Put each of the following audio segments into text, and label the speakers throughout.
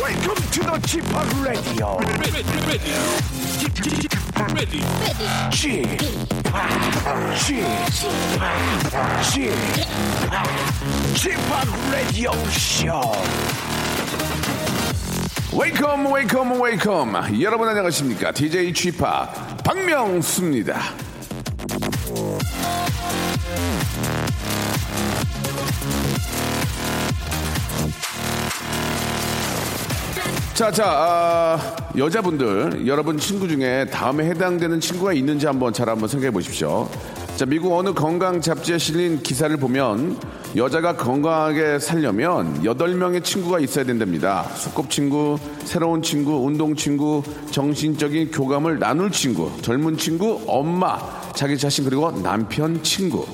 Speaker 1: Welcome to the Chip Radio. Chip, Chip, Chip, Radio Show.
Speaker 2: 웨이컴 웨이컴 웨이컴 여러분 안녕하십니까 DJ 취파 박명수입니다 자자 아, 여자분들 여러분 친구 중에 다음에 해당되는 친구가 있는지 한번 잘 한번 생각해 보십시오 자 미국 어느 건강 잡지에 실린 기사를 보면 여자가 건강하게 살려면 8명의 친구가 있어야 된답니다 소꿉친구 새로운 친구 운동 친구 정신적인 교감을 나눌 친구 젊은 친구 엄마 자기 자신 그리고 남편 친구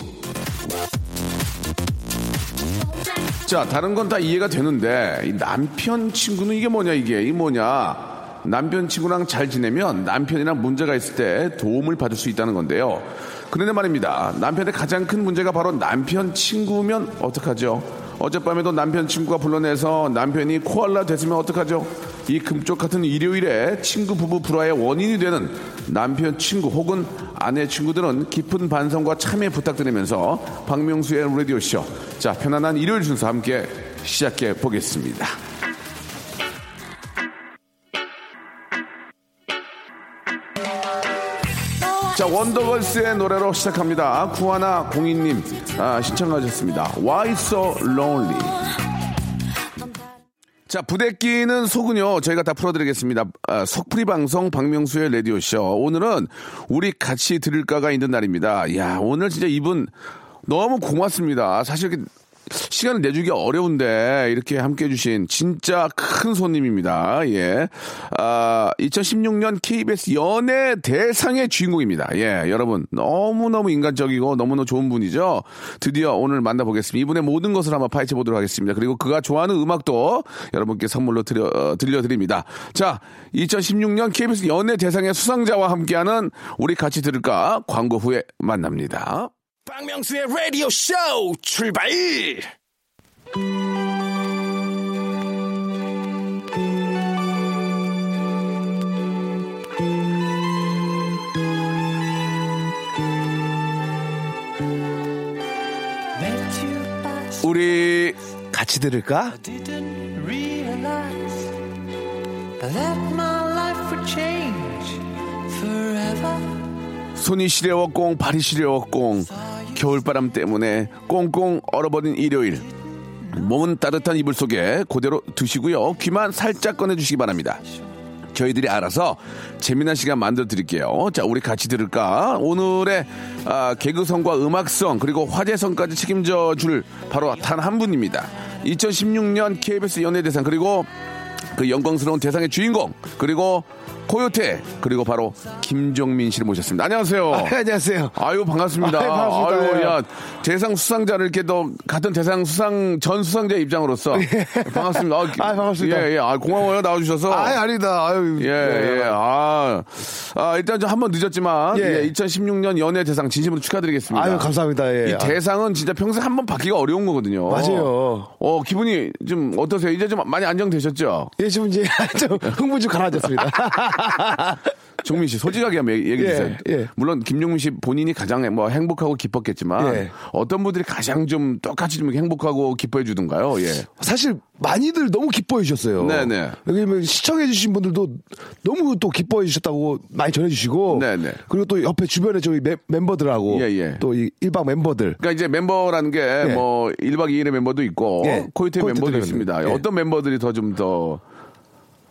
Speaker 2: 자, 다른 건 다 이해가 되는데, 이 남편 친구는 이게 뭐냐, 이게. 이 뭐냐. 남편 친구랑 잘 지내면 남편이랑 문제가 있을 때 도움을 받을 수 있다는 건데요. 그런데 말입니다. 남편의 가장 큰 문제가 바로 남편 친구면 어떡하죠? 어젯밤에도 남편 친구가 불러내서 남편이 코알라 됐으면 어떡하죠? 이 금쪽 같은 일요일에 친구 부부 불화의 원인이 되는 남편 친구 혹은 아내 친구들은 깊은 반성과 참여 부탁드리면서 박명수의 라디오쇼. 자, 편안한 일요일 순서 함께 시작해 보겠습니다. 자, 원더걸스의 노래로 시작합니다. 구하나 공인님 아, 신청하셨습니다. Why so lonely? 자, 부대끼는 속은요, 저희가 다 풀어드리겠습니다. 아, 속풀이 방송 박명수의 라디오쇼. 오늘은 우리 같이 들을까가 있는 날입니다. 야 오늘 진짜 이분 너무 고맙습니다. 사실 이렇게 시간을 내주기 어려운데 이렇게 함께 해주신 진짜 큰 손님입니다. 예. 아, 2016년 KBS 연예 대상의 주인공입니다. 예. 여러분, 너무너무 인간적이고 너무너무 좋은 분이죠. 드디어 오늘 만나보겠습니다. 이분의 모든 것을 한번 파헤쳐 보도록 하겠습니다. 그리고 그가 좋아하는 음악도 여러분께 선물로 드려, 어, 들려드립니다. 자, 2016년 KBS 연예 대상의 수상자와 함께하는 우리 같이 들을까 광고 후에 만납니다.
Speaker 1: 박명수의 라디오 쇼 출발!
Speaker 2: 우리
Speaker 1: 같이 들을까?
Speaker 3: didn't realize that my life would change forever.
Speaker 2: 손이 시려웠꽁 발이 시려웠꽁 겨울바람 때문에 꽁꽁 얼어버린 일요일 몸은 따뜻한 이불 속에 그대로 두시고요 귀만 살짝 꺼내주시기 바랍니다 저희들이 알아서 재미난 시간 만들어 드릴게요 자 우리 같이 들을까 오늘의 아, 개그성과 음악성 그리고 화제성까지 책임져 줄 바로 단 한 분입니다 2016년 KBS 연예대상 그리고 그 영광스러운 대상의 주인공 그리고 코요태 그리고 바로 김종민 씨를 모셨습니다. 안녕하세요.
Speaker 1: 예, 안녕하세요.
Speaker 2: 아유 반갑습니다.
Speaker 1: 아유, 반갑습니다. 예.
Speaker 2: 아유, 야 대상 수상자를 이렇게 또 같은 대상 수상 전 수상자 입장으로서 반갑습니다.
Speaker 1: 예. 아, 반갑습니다.
Speaker 2: 예, 예. 아, 고마워요 나와주셔서.
Speaker 1: 아, 아니다. 아유.
Speaker 2: 예, 예. 아, 아, 일단 좀 한 번 늦었지만
Speaker 1: 예.
Speaker 2: 예, 2016년 연예 대상 진심으로 축하드리겠습니다.
Speaker 1: 아유, 감사합니다. 예.
Speaker 2: 이 대상은 진짜 평생 한 번 받기가 어려운 거거든요.
Speaker 1: 맞아요.
Speaker 2: 어, 기분이 좀 어떠세요? 이제 좀 많이 안정되셨죠?
Speaker 1: 예, 지금 이제 좀 흥분 좀 가라앉았습니다.
Speaker 2: 종민 씨 솔직하게 한번 얘기- 얘기해
Speaker 1: 예,
Speaker 2: 주세요.
Speaker 1: 예.
Speaker 2: 물론 김종민 씨 본인이 가장 뭐 행복하고 기뻤겠지만
Speaker 1: 예.
Speaker 2: 어떤 분들이 가장 좀 똑같이 좀 행복하고 기뻐해 주던가요? 예.
Speaker 1: 사실 많이들 너무 기뻐해 주셨어요.
Speaker 2: 네네.
Speaker 1: 왜냐면 시청해 주신 분들도 너무 또 기뻐해 주셨다고 많이 전해 주시고
Speaker 2: 네네.
Speaker 1: 그리고 또 옆에 주변에 저희 멤- 멤버들하고
Speaker 2: 예, 예.
Speaker 1: 또 이 일박 멤버들
Speaker 2: 그러니까 이제 멤버라는 게
Speaker 1: 예.
Speaker 2: 뭐 1박 2일의 멤버도 있고
Speaker 1: 예. 코요태
Speaker 2: 코요태
Speaker 1: 예.
Speaker 2: 멤버도
Speaker 1: 멤버.
Speaker 2: 있습니다.
Speaker 1: 예.
Speaker 2: 어떤 멤버들이 더 좀 더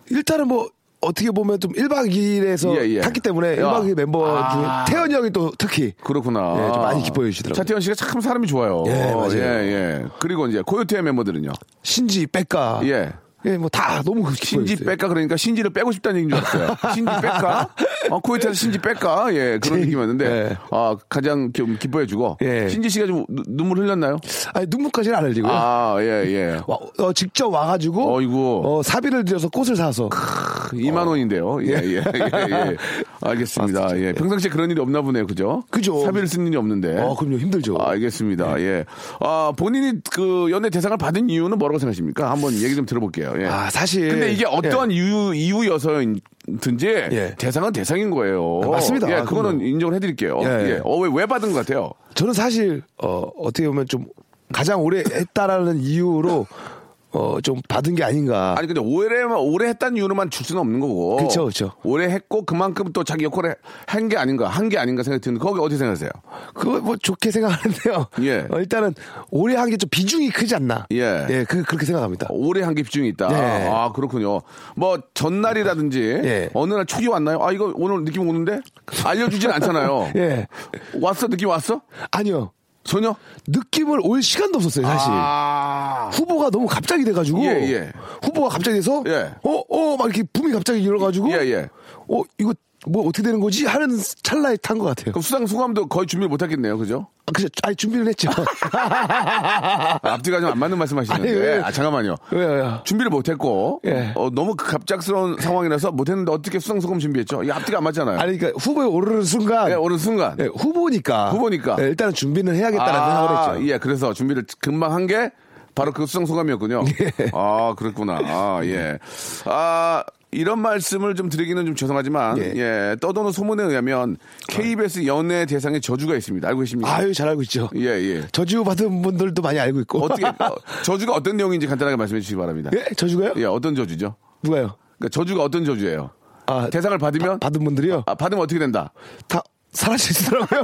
Speaker 1: 일단은 뭐 어떻게 보면 좀 1박 2일에서
Speaker 2: 예, 예.
Speaker 1: 탔기 때문에
Speaker 2: 야.
Speaker 1: 1박 2일 멤버
Speaker 2: 아.
Speaker 1: 중에 태현이 형이 또 특히
Speaker 2: 그렇구나.
Speaker 1: 예, 좀 많이 기뻐해 주시더라고요.
Speaker 2: 차태현 씨가 참 사람이 좋아요.
Speaker 1: 예, 맞아요.
Speaker 2: 예, 예. 그리고 이제 코요태의 멤버들은요.
Speaker 1: 신지, 백가.
Speaker 2: 예.
Speaker 1: 예, 뭐 다 너무 기뻐해
Speaker 2: 신지
Speaker 1: 주세요.
Speaker 2: 뺄까 그러니까 신지를 빼고 싶다는 얘기인 줄 알았어요. 신지 뺄까? 어, 코요태에서 신지 뺄까? 예, 그런 느낌이었는데
Speaker 1: 예.
Speaker 2: 아, 가장 좀 기뻐해주고
Speaker 1: 예.
Speaker 2: 신지 씨가 좀 누- 눈물 흘렸나요?
Speaker 1: 아니, 눈물까지는 안 흘리고요.
Speaker 2: 아, 예, 예.
Speaker 1: 와, 어, 직접 와가지고
Speaker 2: 어이구.
Speaker 1: 어, 사비를 들여서 꽃을 사서
Speaker 2: 2만 원인데요. 예, 예, 예, 예. 알겠습니다. 예. 평상시에 그런 일이 없나 보네요. 그죠?
Speaker 1: 아, 그죠.
Speaker 2: 사비를 쓰는 일이 없는데.
Speaker 1: 어, 그럼요. 힘들죠.
Speaker 2: 알겠습니다. 예. 아, 본인이 그 연예 대상을 받은 이유는 뭐라고 생각하십니까? 한번 얘기 좀 들어볼게요. 예.
Speaker 1: 아, 사실.
Speaker 2: 근데 이게 어떠한 이유, 이유여서든지
Speaker 1: 예.
Speaker 2: 대상은 대상인 거예요.
Speaker 1: 아, 맞습니다.
Speaker 2: 예,
Speaker 1: 아,
Speaker 2: 그거는
Speaker 1: 그럼요.
Speaker 2: 인정을 해드릴게요.
Speaker 1: 예, 예.
Speaker 2: 예. 어, 왜, 왜 받은 것 같아요?
Speaker 1: 저는 사실 어, 어떻게 보면 좀 가장 오래 했다라는 이유로 어, 좀 받은 게 아닌가.
Speaker 2: 아니 근데 오래 오래 했다는 이유로만 줄 수는 없는 거고.
Speaker 1: 그쵸, 그쵸.
Speaker 2: 오래 했고 그만큼 또 자기 역할을 한 게 아닌가 한 게 아닌가 생각이 드는데 거기 어떻게 생각하세요?
Speaker 1: 그거 뭐 좋게 생각하는데요.
Speaker 2: 예.
Speaker 1: 어, 일단은 오래 한 게 좀 비중이 크지 않나.
Speaker 2: 예. 어.
Speaker 1: 그, 그렇게 생각합니다.
Speaker 2: 오래 한 게 비중이 있다.
Speaker 1: 네.
Speaker 2: 아 그렇군요. 뭐 전날이라든지
Speaker 1: 예.
Speaker 2: 어느 날 촉이 왔나요? 아 이거 오늘 느낌 오는데 알려주진 않잖아요.
Speaker 1: 예.
Speaker 2: 왔어 느낌 왔어?
Speaker 1: 아니요.
Speaker 2: 전혀.
Speaker 1: 느낌을 올 시간도 없었어요, 사실.
Speaker 2: 아.
Speaker 1: 후보가 너무 갑자기 돼가지고.
Speaker 2: 예, 예.
Speaker 1: 후보가 갑자기 돼서.
Speaker 2: 예.
Speaker 1: 어, 어, 막 이렇게 붐이 갑자기 일어가지고.
Speaker 2: 예, 예.
Speaker 1: 어, 이거 뭐 어떻게 되는 거지? 하는 찰나에 탄 것 같아요.
Speaker 2: 그럼 수상 소감도 거의 준비를 못했겠네요, 그죠?
Speaker 1: 아, 그죠. 아니, 준비를 했죠.
Speaker 2: 아, 앞뒤가 좀 안 맞는 말씀하시는데.
Speaker 1: 아니, 왜?
Speaker 2: 아 잠깐만요.
Speaker 1: 왜요, 왜요?
Speaker 2: 준비를 못했고
Speaker 1: 예.
Speaker 2: 어, 너무 그 갑작스러운 상황이라서 못했는데 어떻게 수상 소감 준비했죠? 이 앞뒤가 안 맞잖아요.
Speaker 1: 아니, 그러니까 후보에 오르는 순간.
Speaker 2: 예, 어느 순간.
Speaker 1: 예, 후보니까.
Speaker 2: 후보니까.
Speaker 1: 예, 일단은 준비는 해야겠다라는 생각을 했죠.
Speaker 2: 예, 그래서 준비를 금방 한 게 바로 그 수상 소감이었군요.
Speaker 1: 예.
Speaker 2: 아, 그랬구나. 아, 예. 아, 이런 말씀을 좀 드리기는 좀 죄송하지만 예,
Speaker 1: 예. 아.
Speaker 2: 떠도는 소문에 의하면 KBS 연예 대상의 저주가 있습니다. 알고 계십니까?
Speaker 1: 아유, 잘 알고 있죠.
Speaker 2: 예, 예.
Speaker 1: 저주받은 분들도 많이 알고 있고.
Speaker 2: 어떻게 어, 저주가 어떤 내용인지 간단하게 말씀해 주시기 바랍니다.
Speaker 1: 예? 저주가요?
Speaker 2: 예, 어떤 저주죠?
Speaker 1: 누가요?
Speaker 2: 그러니까 저주가 어떤 저주예요?
Speaker 1: 아,
Speaker 2: 대상을 받으면
Speaker 1: 받은 분들이요?
Speaker 2: 아, 받으면 어떻게 된다?
Speaker 1: 다 사라지시더라고요.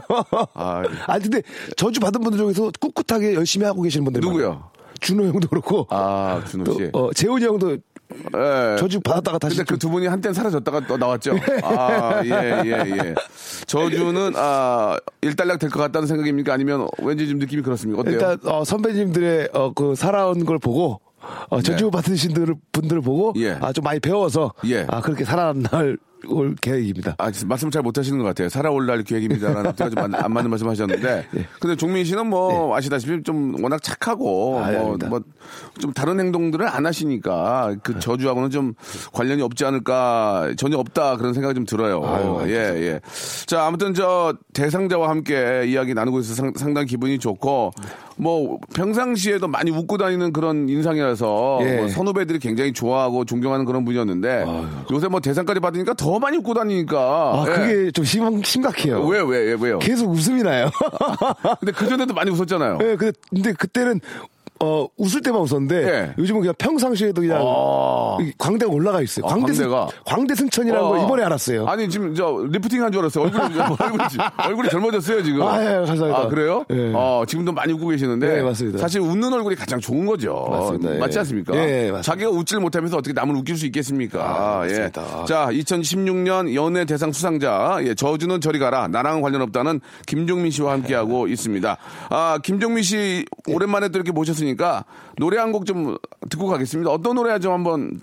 Speaker 2: 아,
Speaker 1: 아, 근데 저주 받은 분들 중에서 꿋꿋하게 열심히 하고 계시는 분들
Speaker 2: 누구요?
Speaker 1: 많아요. 준호 형도 그렇고
Speaker 2: 아, 준호
Speaker 1: 또
Speaker 2: 씨.
Speaker 1: 어, 재훈이 형도
Speaker 2: 예.
Speaker 1: 저주 받았다가 다시 네.
Speaker 2: 근데 그 두 분이 한땐 사라졌다가 또 나왔죠. 아, 예, 예, 예. 저주는, 아, 일단락 될 것 같다는 생각입니까? 아니면 왠지 좀 느낌이 그렇습니까? 어때요?
Speaker 1: 일단 어, 선배님들의 어, 그 살아온 걸 보고 어, 저주 받으신 분들- 분들을 보고
Speaker 2: 예.
Speaker 1: 아, 좀 많이 배워서
Speaker 2: 예.
Speaker 1: 아, 그렇게 살아날 올 계획입니다.
Speaker 2: 아, 말씀 잘 못하시는 것 같아요. 살아올랄 계획입니다라는 뜻가 좀안 맞는 말씀
Speaker 1: 네,
Speaker 2: 하셨는데. 근데 종민 씨는 뭐 아시다시피 좀 워낙 착하고
Speaker 1: 아,
Speaker 2: 뭐,
Speaker 1: 아닙니다. 네.
Speaker 2: 뭐, 좀 다른 행동들을 안 하시니까 그 저주하고는 좀 관련이 없지 않을까 전혀 없다 그런 생각이 좀 들어요. 예, 예. 자, 아무튼 저 대상자와 함께 이야기 나누고 있어서 상- 상당히 기분이 좋고 뭐 평상시에도 많이 웃고 다니는 그런 인상이라서
Speaker 1: 예.
Speaker 2: 뭐 선후배들이 굉장히 좋아하고 존경하는 그런 분이었는데 요새 뭐 대상까지 받으니까 더 많이 웃고 다니니까
Speaker 1: 아,
Speaker 2: 예.
Speaker 1: 그게 좀 심, 심각해요.
Speaker 2: 왜, 왜, 예, 왜요?
Speaker 1: 계속 웃음이 나요.
Speaker 2: 근데 그전에도 많이 웃었잖아요.
Speaker 1: 예, 근데, 근데 그때는 어, 웃을 때만 웃었는데
Speaker 2: 예.
Speaker 1: 요즘은 그냥 평상시에도 그냥
Speaker 2: 아.
Speaker 1: 이 광대가 올라가 있어요.
Speaker 2: 아,
Speaker 1: 광대승,
Speaker 2: 광대가.
Speaker 1: 천이라는
Speaker 2: 어.
Speaker 1: 걸 이번에 알았어요.
Speaker 2: 아니, 지금 저 리프팅 한 줄 알았어요. 얼굴이, 얼굴이, 지- 얼굴이 젊어졌어요, 지금.
Speaker 1: 아, 예, 감사합니다.
Speaker 2: 아, 그래요?
Speaker 1: 예.
Speaker 2: 어, 지금도 많이 웃고 계시는데.
Speaker 1: 예, 맞습니다.
Speaker 2: 사실 웃는 얼굴이 가장 좋은 거죠.
Speaker 1: 맞습니다. 예.
Speaker 2: 맞지 않습니까?
Speaker 1: 예, 예, 맞습니다.
Speaker 2: 자기가 웃질 못하면서 어떻게 남을 웃길 수 있겠습니까? 아, 예.
Speaker 1: 맞습니다.
Speaker 2: 자, 2016년 연예 대상 수상자. 예, 저주는 저리 가라. 나랑 관련 없다는 김종민 씨와 함께하고
Speaker 1: 예.
Speaker 2: 있습니다. 아, 김종민 씨 오랜만에 또 이렇게 모셨으니까 노래 한 곡 좀 듣고 가겠습니다. 어떤 노래 좀 한번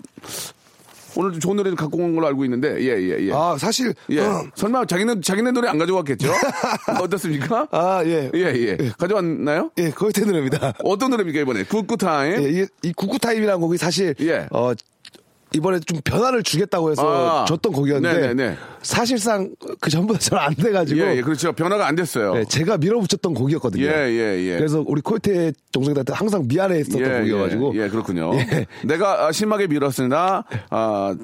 Speaker 2: 오늘 좀 좋은 노래 좀 갖고 온 걸로 알고 있는데 예예 예.
Speaker 1: 아, 사실
Speaker 2: 예.
Speaker 1: 어,
Speaker 2: 설마 자기는 자기네 노래 안 가져왔겠죠? 어떻습니까?
Speaker 1: 아, 예.
Speaker 2: 예, 예. 가져왔나요?
Speaker 1: 예, 거의 대 노래입니다.
Speaker 2: 어떤 노래입니까 이번에? 굿굿타임.
Speaker 1: 예, 이게 이 구구타임이라는 곡이 사실
Speaker 2: 예.
Speaker 1: 어 이번에 좀 변화를 주겠다고 해서
Speaker 2: 아.
Speaker 1: 줬던 곡이었는데
Speaker 2: 네네네.
Speaker 1: 사실상 그 전보다 잘안 돼가지고
Speaker 2: 예, 예, 그렇죠. 변화가 안 됐어요.
Speaker 1: 네, 제가 밀어붙였던 곡이었거든요.
Speaker 2: 예, 예, 예.
Speaker 1: 그래서 우리 콜테 정성들한테 항상 미안해했었던 곡이어가지고
Speaker 2: 예, 예, 그렇군요.
Speaker 1: 예.
Speaker 2: 내가 아, 심하게 밀었으나 아,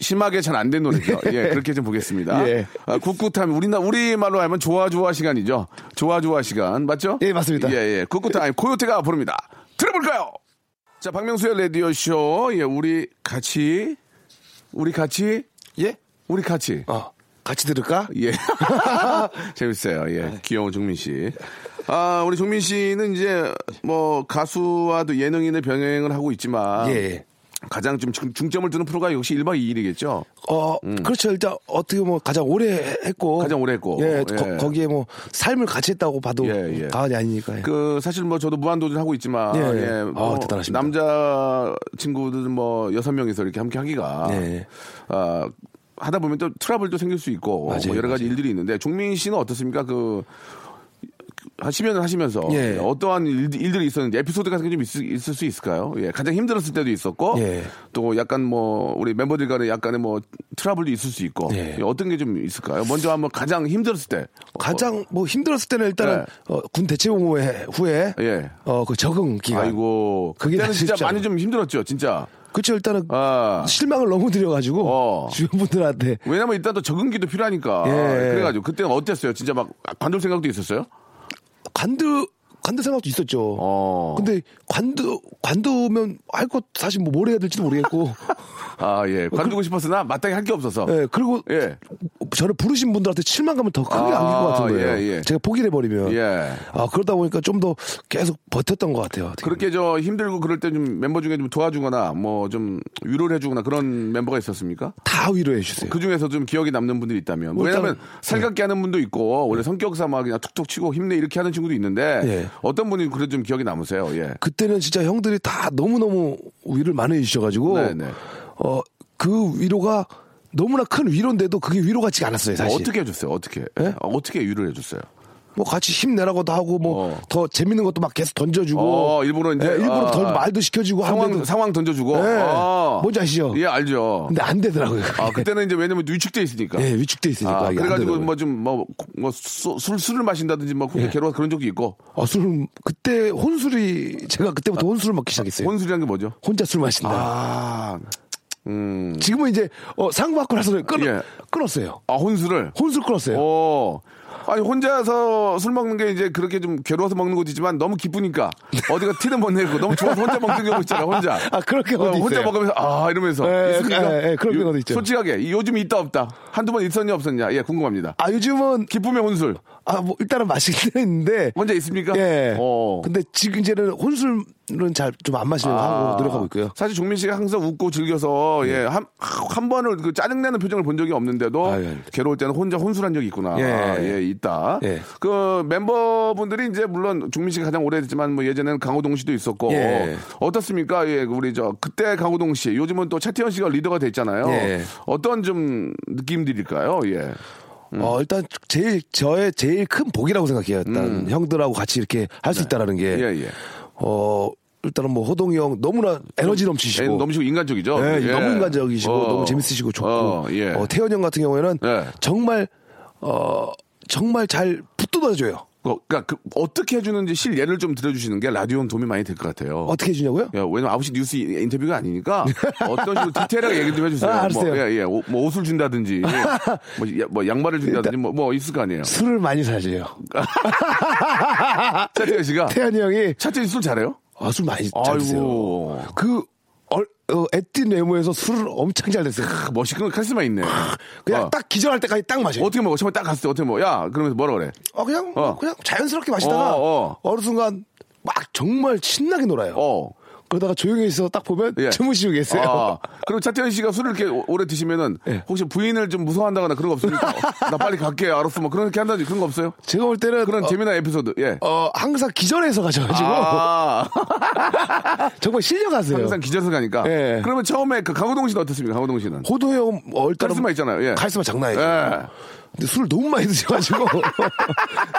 Speaker 2: 심하게 잘 안 된 노래죠. 예, 그렇게 좀 보겠습니다.
Speaker 1: 예.
Speaker 2: 아, 굿굿타임 우리나 우리 말로 하면 좋아 좋아 시간이죠. 좋아 좋아 시간 맞죠?
Speaker 1: 예, 맞습니다.
Speaker 2: 예, 예. 굿굿타임 코요태가 부릅니다. 들어볼까요? 자, 박명수의 라디오 쇼. 예, 우리 같이 우리 같이
Speaker 1: 예?
Speaker 2: 우리 같이.
Speaker 1: 어, 같이 들을까?
Speaker 2: 예. 재밌어요. 예. 귀여운 종민 씨. 아, 우리 종민 씨는 이제 뭐 가수와도 예능인을 병행을 하고 있지만
Speaker 1: 예.
Speaker 2: 가장 좀 중- 중점을 두는 프로가 역시 1박 2일이겠죠.
Speaker 1: 어, 그렇죠. 일단 어떻게 보면 가장 오래 했고.
Speaker 2: 음. 가장 오래 했고.
Speaker 1: 예,
Speaker 2: 예.
Speaker 1: 거, 기에뭐 삶을 같이 했다고 봐도
Speaker 2: 예, 예.
Speaker 1: 과언이 아니니까. 예.
Speaker 2: 그 사실 뭐 저도 무한도전 하고 있지만
Speaker 1: 예, 예.
Speaker 2: 예,
Speaker 1: 아,
Speaker 2: 뭐
Speaker 1: 대단하십니다.
Speaker 2: 남자 친구들 뭐 여섯 명이서 이렇게 함께 하기가
Speaker 1: 예.
Speaker 2: 아, 하다 보면 또 트러블도 생길 수 있고 뭐
Speaker 1: 맞아요,
Speaker 2: 여러 가지 일들이 있는데 종민 씨는 어떻습니까? 그 한 10년을 하시면서
Speaker 1: 예.
Speaker 2: 예, 어떠한 일, 들이 있었는지 에피소드 같은 게 좀 있을, 있을 수 있을까요? 예, 가장 힘들었을 때도 있었고
Speaker 1: 예.
Speaker 2: 또 약간 뭐 우리 멤버들 간에 약간의 뭐 트러블도 있을 수 있고
Speaker 1: 예.
Speaker 2: 예, 어떤 게 좀 있을까요? 먼저 한번 가장 힘들었을 때
Speaker 1: 가장 뭐 힘들었을 때는 일단은 어, 군 대체복무 해- 후에
Speaker 2: 예.
Speaker 1: 어 그 적응 기간.
Speaker 2: 아이고
Speaker 1: 그게
Speaker 2: 그때는 진짜
Speaker 1: 쉽지 않아요.
Speaker 2: 많이 좀 힘들었죠 진짜
Speaker 1: 그렇죠. 일단은
Speaker 2: 아
Speaker 1: 실망을 너무 드려가지고
Speaker 2: 어.
Speaker 1: 주변 분들한테
Speaker 2: 왜냐면 일단 또 적응기도 필요하니까
Speaker 1: 예.
Speaker 2: 그래가지고 그때는 어땠어요 진짜 막 관둘 생각도 있었어요
Speaker 1: 관두 관두 생각도 있었죠.
Speaker 2: 어.
Speaker 1: 근데 관두 관두면 아이고 사실 뭐 뭘 해야 될지도 모르겠고.
Speaker 2: 아예 관두고 싶었으나 마땅히 할 게 없어서
Speaker 1: 어, 그 예, 그리고
Speaker 2: 예.
Speaker 1: 저를 부르신 분들한테 실망감을 더 크게
Speaker 2: 아,
Speaker 1: 안길 것 같은 거예요.
Speaker 2: 예, 예.
Speaker 1: 제가 포기를 해버리면.
Speaker 2: 예.
Speaker 1: 아, 그러다 보니까 좀 더 계속 버텼던 것 같아요. 어떻게
Speaker 2: 그렇게 저 힘들고 그럴 때 좀 멤버 중에 좀 도와주거나 뭐 좀 위로를 해주거나 그런 멤버가 있었습니까?
Speaker 1: 보면. 다 위로해 주세요.
Speaker 2: 그 중에서 좀 기억에 남는 분들이 있다면
Speaker 1: 예. 뭐 일단은-
Speaker 2: 왜냐하면 살갑게 하는 분도 있고 원래 성격상 막 그냥 툭툭 치고 힘내 이렇게 하는 친구도 있는데
Speaker 1: 예.
Speaker 2: 어떤 분이 그래 좀 기억에 남으세요? 예.
Speaker 1: 그때는 진짜 형들이 다 너무너무 위를 많이 해주셔가지고,
Speaker 2: 네, 네.
Speaker 1: 어, 그 위로가 너무나 큰 위로인데도 그게 위로 같지 않았어요, 사실.
Speaker 2: 어떻게 해줬어요? 어떻게?
Speaker 1: 예?
Speaker 2: 어떻게 위로를 해줬어요?
Speaker 1: 뭐 같이 힘내라고도 하고, 뭐
Speaker 2: 어.
Speaker 1: 더 재밌는 것도 막 계속 던져주고.
Speaker 2: 어, 일부러 이제
Speaker 1: 예, 일부러
Speaker 2: 아,
Speaker 1: 덜
Speaker 2: 아.
Speaker 1: 말도 시켜주고
Speaker 2: 상황
Speaker 1: 하는데도-
Speaker 2: 상황 던져주고.
Speaker 1: 예.
Speaker 2: 아.
Speaker 1: 뭔지 아시죠?
Speaker 2: 예, 알죠.
Speaker 1: 근데 안 되더라고요.
Speaker 2: 아, 그때는 이제 왜냐면 위축돼 있으니까.
Speaker 1: 예, 위축돼 있으니까.
Speaker 2: 아,
Speaker 1: 이게 안
Speaker 2: 그래가지고
Speaker 1: 되더라고요. 예.
Speaker 2: 뭐 좀 뭐 술, 술을 마신다든지 막 그렇게 괴로워 그런 적도 있고.
Speaker 1: 아, 술 그때 혼술이 제가 그때부터 혼술을 먹기 시작했어요.
Speaker 2: 혼술이란 게 뭐죠?
Speaker 1: 혼자 술 마신다.
Speaker 2: 아, 음,
Speaker 1: 지금은 이제 어, 상 받고 나서 끊,
Speaker 2: 예.
Speaker 1: 끊었어요.
Speaker 2: 아 혼술을.
Speaker 1: 혼술 끊었어요.
Speaker 2: 어. 아니 혼자서 술 먹는 게 이제 그렇게 좀 괴로워서 먹는 것이지만 너무 기쁘니까 어디가 티는 못 내고 너무 좋아서 혼자 먹는 경우 있잖아 혼자.
Speaker 1: 네. 아, 그런 경우도
Speaker 2: 어, 혼자
Speaker 1: 있어요.
Speaker 2: 먹으면서 아 이러면서
Speaker 1: 예,
Speaker 2: 있습니까?
Speaker 1: 예, 예, 그런
Speaker 2: 요-
Speaker 1: 경우도 있죠.
Speaker 2: 솔직하게 요즘 있다 없다 한두 번 있었냐 없었냐 예 궁금합니다.
Speaker 1: 아 요즘은
Speaker 2: 기쁨의 혼술
Speaker 1: 아 뭐 일단은 마시긴 했는데
Speaker 2: 혼자 있습니까?
Speaker 1: 예.
Speaker 2: 어.
Speaker 1: 근데 지금 이제는 혼술은 잘 좀 안 마시려고
Speaker 2: 아,
Speaker 1: 하고 노력하고 있고요.
Speaker 2: 사실 종민 씨가 항상 웃고 즐겨서 예, 한, 한 번을 그 짜증내는 표정을 본 적이 없는데도
Speaker 1: 아유, 아닙니다.
Speaker 2: 괴로울 때는 혼자 혼술한 적이 있구나.
Speaker 1: 예.
Speaker 2: 아, 예, 있다.
Speaker 1: 예.
Speaker 2: 그 멤버분들이 이제 물론 종민 씨가 가장 오래됐지만 뭐 예전에는 강호동 씨도 있었고
Speaker 1: 예.
Speaker 2: 어떻습니까? 예, 그 우리 저 그때 강호동 씨, 요즘은 또 차태현 씨가 리더가 됐잖아요.
Speaker 1: 예.
Speaker 2: 어떤 좀 느낌들일까요? 예.
Speaker 1: 어 일단 제일 저의 제일 큰 복이라고 생각해요. 일단 형들하고 같이 이렇게 할 수 있다라는 게 어
Speaker 2: 음. 예, 예.
Speaker 1: 일단은 뭐 호동이 형 너무나 에너지
Speaker 2: 예,
Speaker 1: 넘치시고
Speaker 2: 너무 인간적이죠.
Speaker 1: 뭐 예,
Speaker 2: 예.
Speaker 1: 너무 인간적이시고
Speaker 2: 어.
Speaker 1: 너무 재밌으시고 좋고
Speaker 2: 어, 예.
Speaker 1: 어, 태연 형 같은 경우에는
Speaker 2: 예.
Speaker 1: 정말 어 정말 잘 붙들어줘요.
Speaker 2: 어, 그러니까 그 어떻게 해주는지 실 예를 좀 들어주시는 게 라디오는 도움이 많이 될 것 같아요.
Speaker 1: 어떻게 해주냐고요?
Speaker 2: 야, 왜냐면 아홉시 뉴스 인터뷰가 아니니까 어떤 식으로 디테일하게 얘기 좀 해주세요.
Speaker 1: 아, 알았어요.
Speaker 2: 뭐, 예, 예. 옷, 뭐 옷을 준다든지, 뭐, 야- 뭐 양말을 준다든지, 뭐, 뭐 있을 거 아니에요.
Speaker 1: 술을 많이 사줘요.
Speaker 2: 차태현 씨가
Speaker 1: 태연이 형이
Speaker 2: 차태현 씨 술 잘해요?
Speaker 1: 아, 술 많이 잘 드세요.
Speaker 2: 아. 아이고,
Speaker 1: 그 얼, 어, 애띤 외모에서 술을 엄청 잘 드세요.
Speaker 2: 크, 그 멋있고 카리스마 있네.
Speaker 1: 그냥
Speaker 2: 어.
Speaker 1: 딱 기절할 때까지 딱 마셔요.
Speaker 2: 어떻게 먹어? 처음에 딱 갔을 때 어떻게 먹어? 야, 그러면서 뭐라 그래?
Speaker 1: 어, 그냥
Speaker 2: 어.
Speaker 1: 그냥 자연스럽게 마시다가
Speaker 2: 어,
Speaker 1: 어,
Speaker 2: 어.
Speaker 1: 느 순간 막 정말 신나게 놀아요.
Speaker 2: 어.
Speaker 1: 그러다가 조용히 있어서 딱 보면
Speaker 2: 예.
Speaker 1: 주무시고 계세요.
Speaker 2: 아, 그리고 차태현 씨가 술을 이렇게 오- 오래 드시면은
Speaker 1: 예.
Speaker 2: 혹시 부인을 좀 무서워한다거나 그런 거 없습니까? 어, 나 빨리 갈게. 알았어. 뭐 그렇게 한다든지 그런 거 없어요?
Speaker 1: 제가 볼 때는
Speaker 2: 그런
Speaker 1: 어,
Speaker 2: 재미난 에피소드. 예.
Speaker 1: 어, 항상 기절해서 가셔가지고
Speaker 2: 아,
Speaker 1: 정말 실려가세요.
Speaker 2: 항상 기절서 가니까.
Speaker 1: 예.
Speaker 2: 그러면 처음에 그 강호동 씨는 어떻습니까? 강호동 씨는.
Speaker 1: 호도 형 얼따라
Speaker 2: 카리스마 있잖아요. 예.
Speaker 1: 카리스마 장난이에요.
Speaker 2: 예.
Speaker 1: 근데 술을 너무 많이 드셔가지고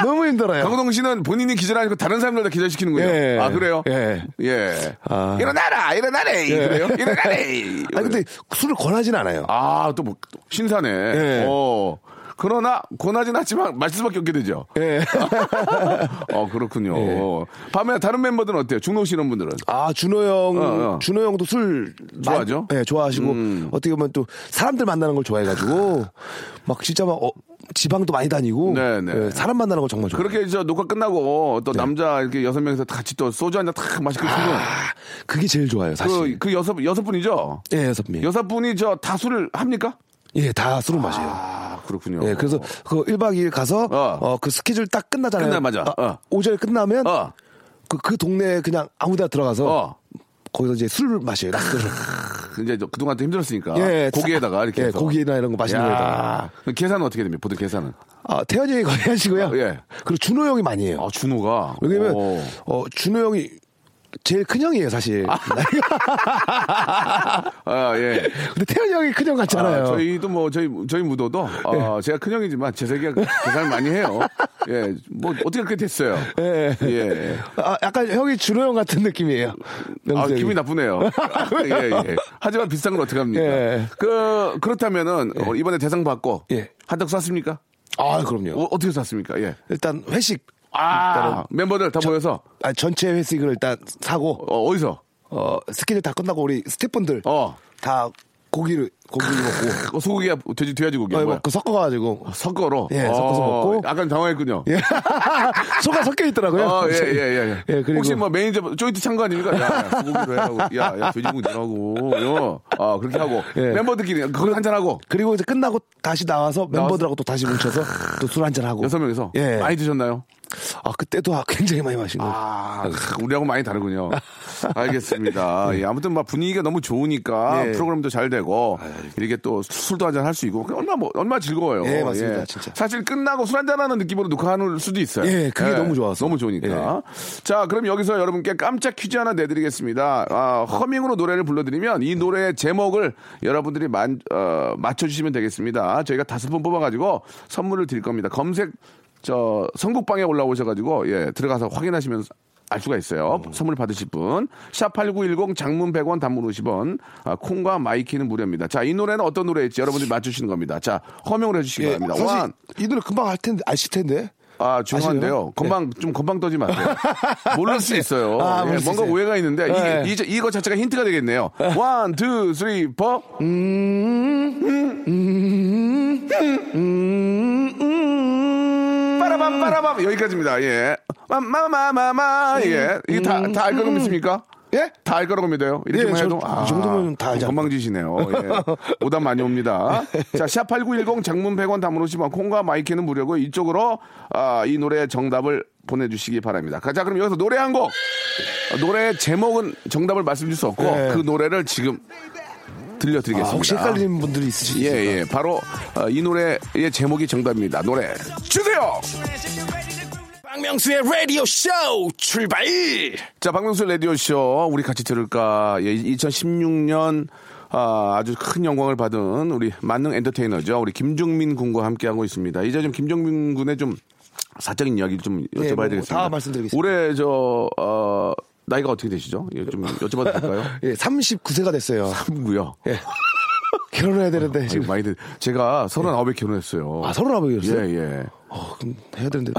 Speaker 1: 너무 힘들어요.
Speaker 2: 강호동 씨는 본인이 기절하니까 다른 사람들 다 기절시키는 거예요.
Speaker 1: 예.
Speaker 2: 아 그래요?
Speaker 1: 예.
Speaker 2: 예.
Speaker 1: 아.
Speaker 2: 일어나라, 일어나래. 그래요? 일어나래.
Speaker 1: 예. 아 근데 술을 권하진 않아요.
Speaker 2: 아또 뭐, 신사네.
Speaker 1: 예.
Speaker 2: 어. 그러나 권하진 않지만 마실 수밖에 없게 되죠.
Speaker 1: 예.
Speaker 2: 어 그렇군요. 밤에 다른 멤버들은 어때요? 중노시는 분들은?
Speaker 1: 아 준호 형,
Speaker 2: 어, 어.
Speaker 1: 준호 형도 술
Speaker 2: 좋아하죠? 음.
Speaker 1: 많이- 네, 좋아하시고 어떻게 보면 또 사람들 만나는 걸 좋아해가지고 막 진짜 막 어, 지방도 많이 다니고
Speaker 2: 네, 네.
Speaker 1: 예, 사람 만나는 걸 정말 좋아.
Speaker 2: 그렇게 저 녹화 끝나고 또 남자 이렇게 여섯 명이서 다 같이 또 소주 한잔 탁 마시고 술은
Speaker 1: 아, 그게 제일 좋아요, 사실.
Speaker 2: 그, 그 여섯 여섯 분이죠?
Speaker 1: 예, 여섯 명.
Speaker 2: 여섯 분이 저 다 술을 합니까?
Speaker 1: 예, 다 술을 마셔요.
Speaker 2: 아 그렇군요.
Speaker 1: 예, 그래서 그 1박 2일 가서
Speaker 2: 어.
Speaker 1: 어. 그 스케줄 딱 끝나잖아요.
Speaker 2: 끝나, 맞아. 어.
Speaker 1: 오전에 끝나면
Speaker 2: 어.
Speaker 1: 그, 그 동네에 그냥 아무데나 들어가서
Speaker 2: 어.
Speaker 1: 거기서 이제 술을 마셔요. 낮술을.
Speaker 2: 이제 저 그동안 또 힘들었으니까
Speaker 1: 예,
Speaker 2: 고기에다가 이렇게
Speaker 1: 예,
Speaker 2: 해서.
Speaker 1: 고기나 이런 거 맛있는
Speaker 2: 야,
Speaker 1: 거에다가.
Speaker 2: 그럼 계산은 어떻게 됩니까? 보통 계산은
Speaker 1: 아, 태현이 형이 거의 하시고요.
Speaker 2: 아, 예.
Speaker 1: 그리고 준호 형이 많이 해요.
Speaker 2: 아 준호가
Speaker 1: 왜냐면
Speaker 2: 오.
Speaker 1: 어, 준호 형이 제일 큰 형이에요, 사실.
Speaker 2: 아 예.
Speaker 1: 근데 태현이 형이 큰 형 같잖아요.
Speaker 2: 아, 저희도 뭐 저희 저희 무도도 아, 제가 큰 형이지만 제 세계가 계산을 많이 해요. 예, 뭐 어떻게 그렇게 됐어요.
Speaker 1: 예.
Speaker 2: 예.
Speaker 1: 아, 약간 형이 준호 형 같은 느낌이에요.
Speaker 2: 아,
Speaker 1: 명색이.
Speaker 2: 기분이 나쁘네요. 예, 예. 하지만 비싼 걸 어떡합니까?
Speaker 1: 예.
Speaker 2: 그, 그렇다면은, 어, 이번에 대상 받고,
Speaker 1: 예.
Speaker 2: 한턱 쐈습니까?
Speaker 1: 아, 그럼요.
Speaker 2: 어, 떻게 쐈습니까? 예.
Speaker 1: 일단 회식.
Speaker 2: 아, 멤버들 다 모여서,
Speaker 1: 아, 전체 회식을 일단 사고,
Speaker 2: 어, 어디서?
Speaker 1: 어, 스킨을 다 끝나고 우리 스태프분들
Speaker 2: 어,
Speaker 1: 다 고기를, 고기를 먹고.
Speaker 2: 그 소고기야, 돼지, 돼지고기.
Speaker 1: 어,
Speaker 2: 야
Speaker 1: 막 섞어가지고.
Speaker 2: 섞어로.
Speaker 1: 예, 섞어서 먹고.
Speaker 2: 약간 당황했군요.
Speaker 1: 예. 소가 섞여 있더라고요.
Speaker 2: 어, 예, 예, 예. 예.
Speaker 1: 예, 그리고-
Speaker 2: 혹시 뭐 매니저, 조이트 창거 아닙니까? 야, 야, 소고기로 해라고. 야, 야, 돼지고기 내라고. 요. 아, 그렇게 하고.
Speaker 1: 예.
Speaker 2: 멤버들끼리 그걸 한잔하고.
Speaker 1: 그리고 이제 끝나고 다시 나와서 멤버들하고 또 다시 뭉쳐서 또 술 한잔 하고.
Speaker 2: 여섯 명에서.
Speaker 1: 예.
Speaker 2: 많이 드셨나요?
Speaker 1: 아, 그때도 아, 굉장히 많이 마신 거예요.
Speaker 2: 아, 우리하고 많이 다르군요. 알겠습니다.
Speaker 1: 네.
Speaker 2: 예, 아무튼 막 분위기가 너무 좋으니까
Speaker 1: 예.
Speaker 2: 프로그램도 잘 되고 이렇게 또 술도 한잔 할 수 있고 얼마 뭐 얼마 즐거워요.
Speaker 1: 예, 맞습니다. 진짜.
Speaker 2: 사실 끝나고 술 한잔 하는 느낌으로 녹화하는 수도 있어요.
Speaker 1: 예, 그게 너무 좋아서. 예.
Speaker 2: 너무 좋으니까. 네. 자, 그럼 여기서 여러분께 깜짝 퀴즈 하나 내드리겠습니다. 아, 허밍으로 노래를 불러드리면 이 노래의 제목을 여러분들이 만, 어, 맞춰주시면 되겠습니다. 저희가 다섯 분 뽑아가지고 선물을 드릴 겁니다. 검색 저 선곡방에 올라오셔가지고 예 들어가서 확인하시면 알 수가 있어요. 선물 받으실 분. 샵8910 장문 100원 단문 50원. 아, 콩과 마이키는 무료입니다. 자, 이 노래는 어떤 노래일지 여러분들이 맞추시는 겁니다. 자, 허명을 해주시기
Speaker 1: 예,
Speaker 2: 바랍니다.
Speaker 1: 사실
Speaker 2: 원.
Speaker 1: 이 노래 금방 알 텐데, 아실 텐데.
Speaker 2: 아, 죄송한데요.
Speaker 1: 아시나요? 네.
Speaker 2: 건방, 좀 건방 떠지 마세요. 모를 수 있어요.
Speaker 1: 아,
Speaker 2: 예,
Speaker 1: 모를 수
Speaker 2: 뭔가
Speaker 1: 있어요.
Speaker 2: 오해가 있는데, 이게,
Speaker 1: 예.
Speaker 2: 이제 이거 자체가 힌트가 되겠네요. 원, 투, 쓰리, 포.
Speaker 1: 네. 음, 음,
Speaker 2: 빠라밤, 빠라밤. 여기까지입니다. 예. 마, 마, 마, 마, 마.
Speaker 1: 음.
Speaker 2: 예. 이게 다, 다 알 거라고 믿습니까?
Speaker 1: 예?
Speaker 2: 다 알 거라고 믿어요. 이렇게만
Speaker 1: 예, 저-
Speaker 2: 해도. 아,
Speaker 1: 이 정도면 다 알지 않나요?
Speaker 2: 건방지시네요. 예. 오답 많이 옵니다. 자, 샵8910 장문 100원 담으러 오시면 콩과 마이키는 무료고 이쪽으로 아, 이 노래의 정답을 보내주시기 바랍니다. 자, 그럼 여기서 노래 한 곡. 어, 노래의 제목은 정답을 말씀드릴 수 없고
Speaker 1: 예.
Speaker 2: 그 노래를 지금
Speaker 1: 아,
Speaker 2: 들려드리겠습니다.
Speaker 1: 혹시 헷갈리는 분들이 있으시죠?
Speaker 2: 예, 예. 바로 어, 이 노래의 제목이 정답입니다. 노래 주세요!
Speaker 1: 박명수의 라디오 쇼 출발!
Speaker 2: 자, 박명수 라디오쇼, 우리 같이 들을까. 예, 2016년, 아, 주큰 영광을 받은 우리 만능 엔터테이너죠. 우리 김종민 군과 함께하고 있습니다. 이제 좀 김종민 군의 좀 사적인 이야기를 좀 여쭤봐야
Speaker 1: 뭐, 뭐
Speaker 2: 되겠습니다.
Speaker 1: 다 말씀드리겠습니다.
Speaker 2: 올해 저, 어, 나이가 어떻게 되시죠? 예, 좀 여쭤봐도 될까요?
Speaker 1: 예, 39세가 됐어요. 예.
Speaker 2: 누구요?
Speaker 1: 결혼해야 되는데
Speaker 2: 지금
Speaker 1: 지금
Speaker 2: 많이 드 제가 39에 결혼했어요.
Speaker 1: 아, 서른아홉이었어요?
Speaker 2: 예, 예.
Speaker 1: 어, 그럼 해야 되는데.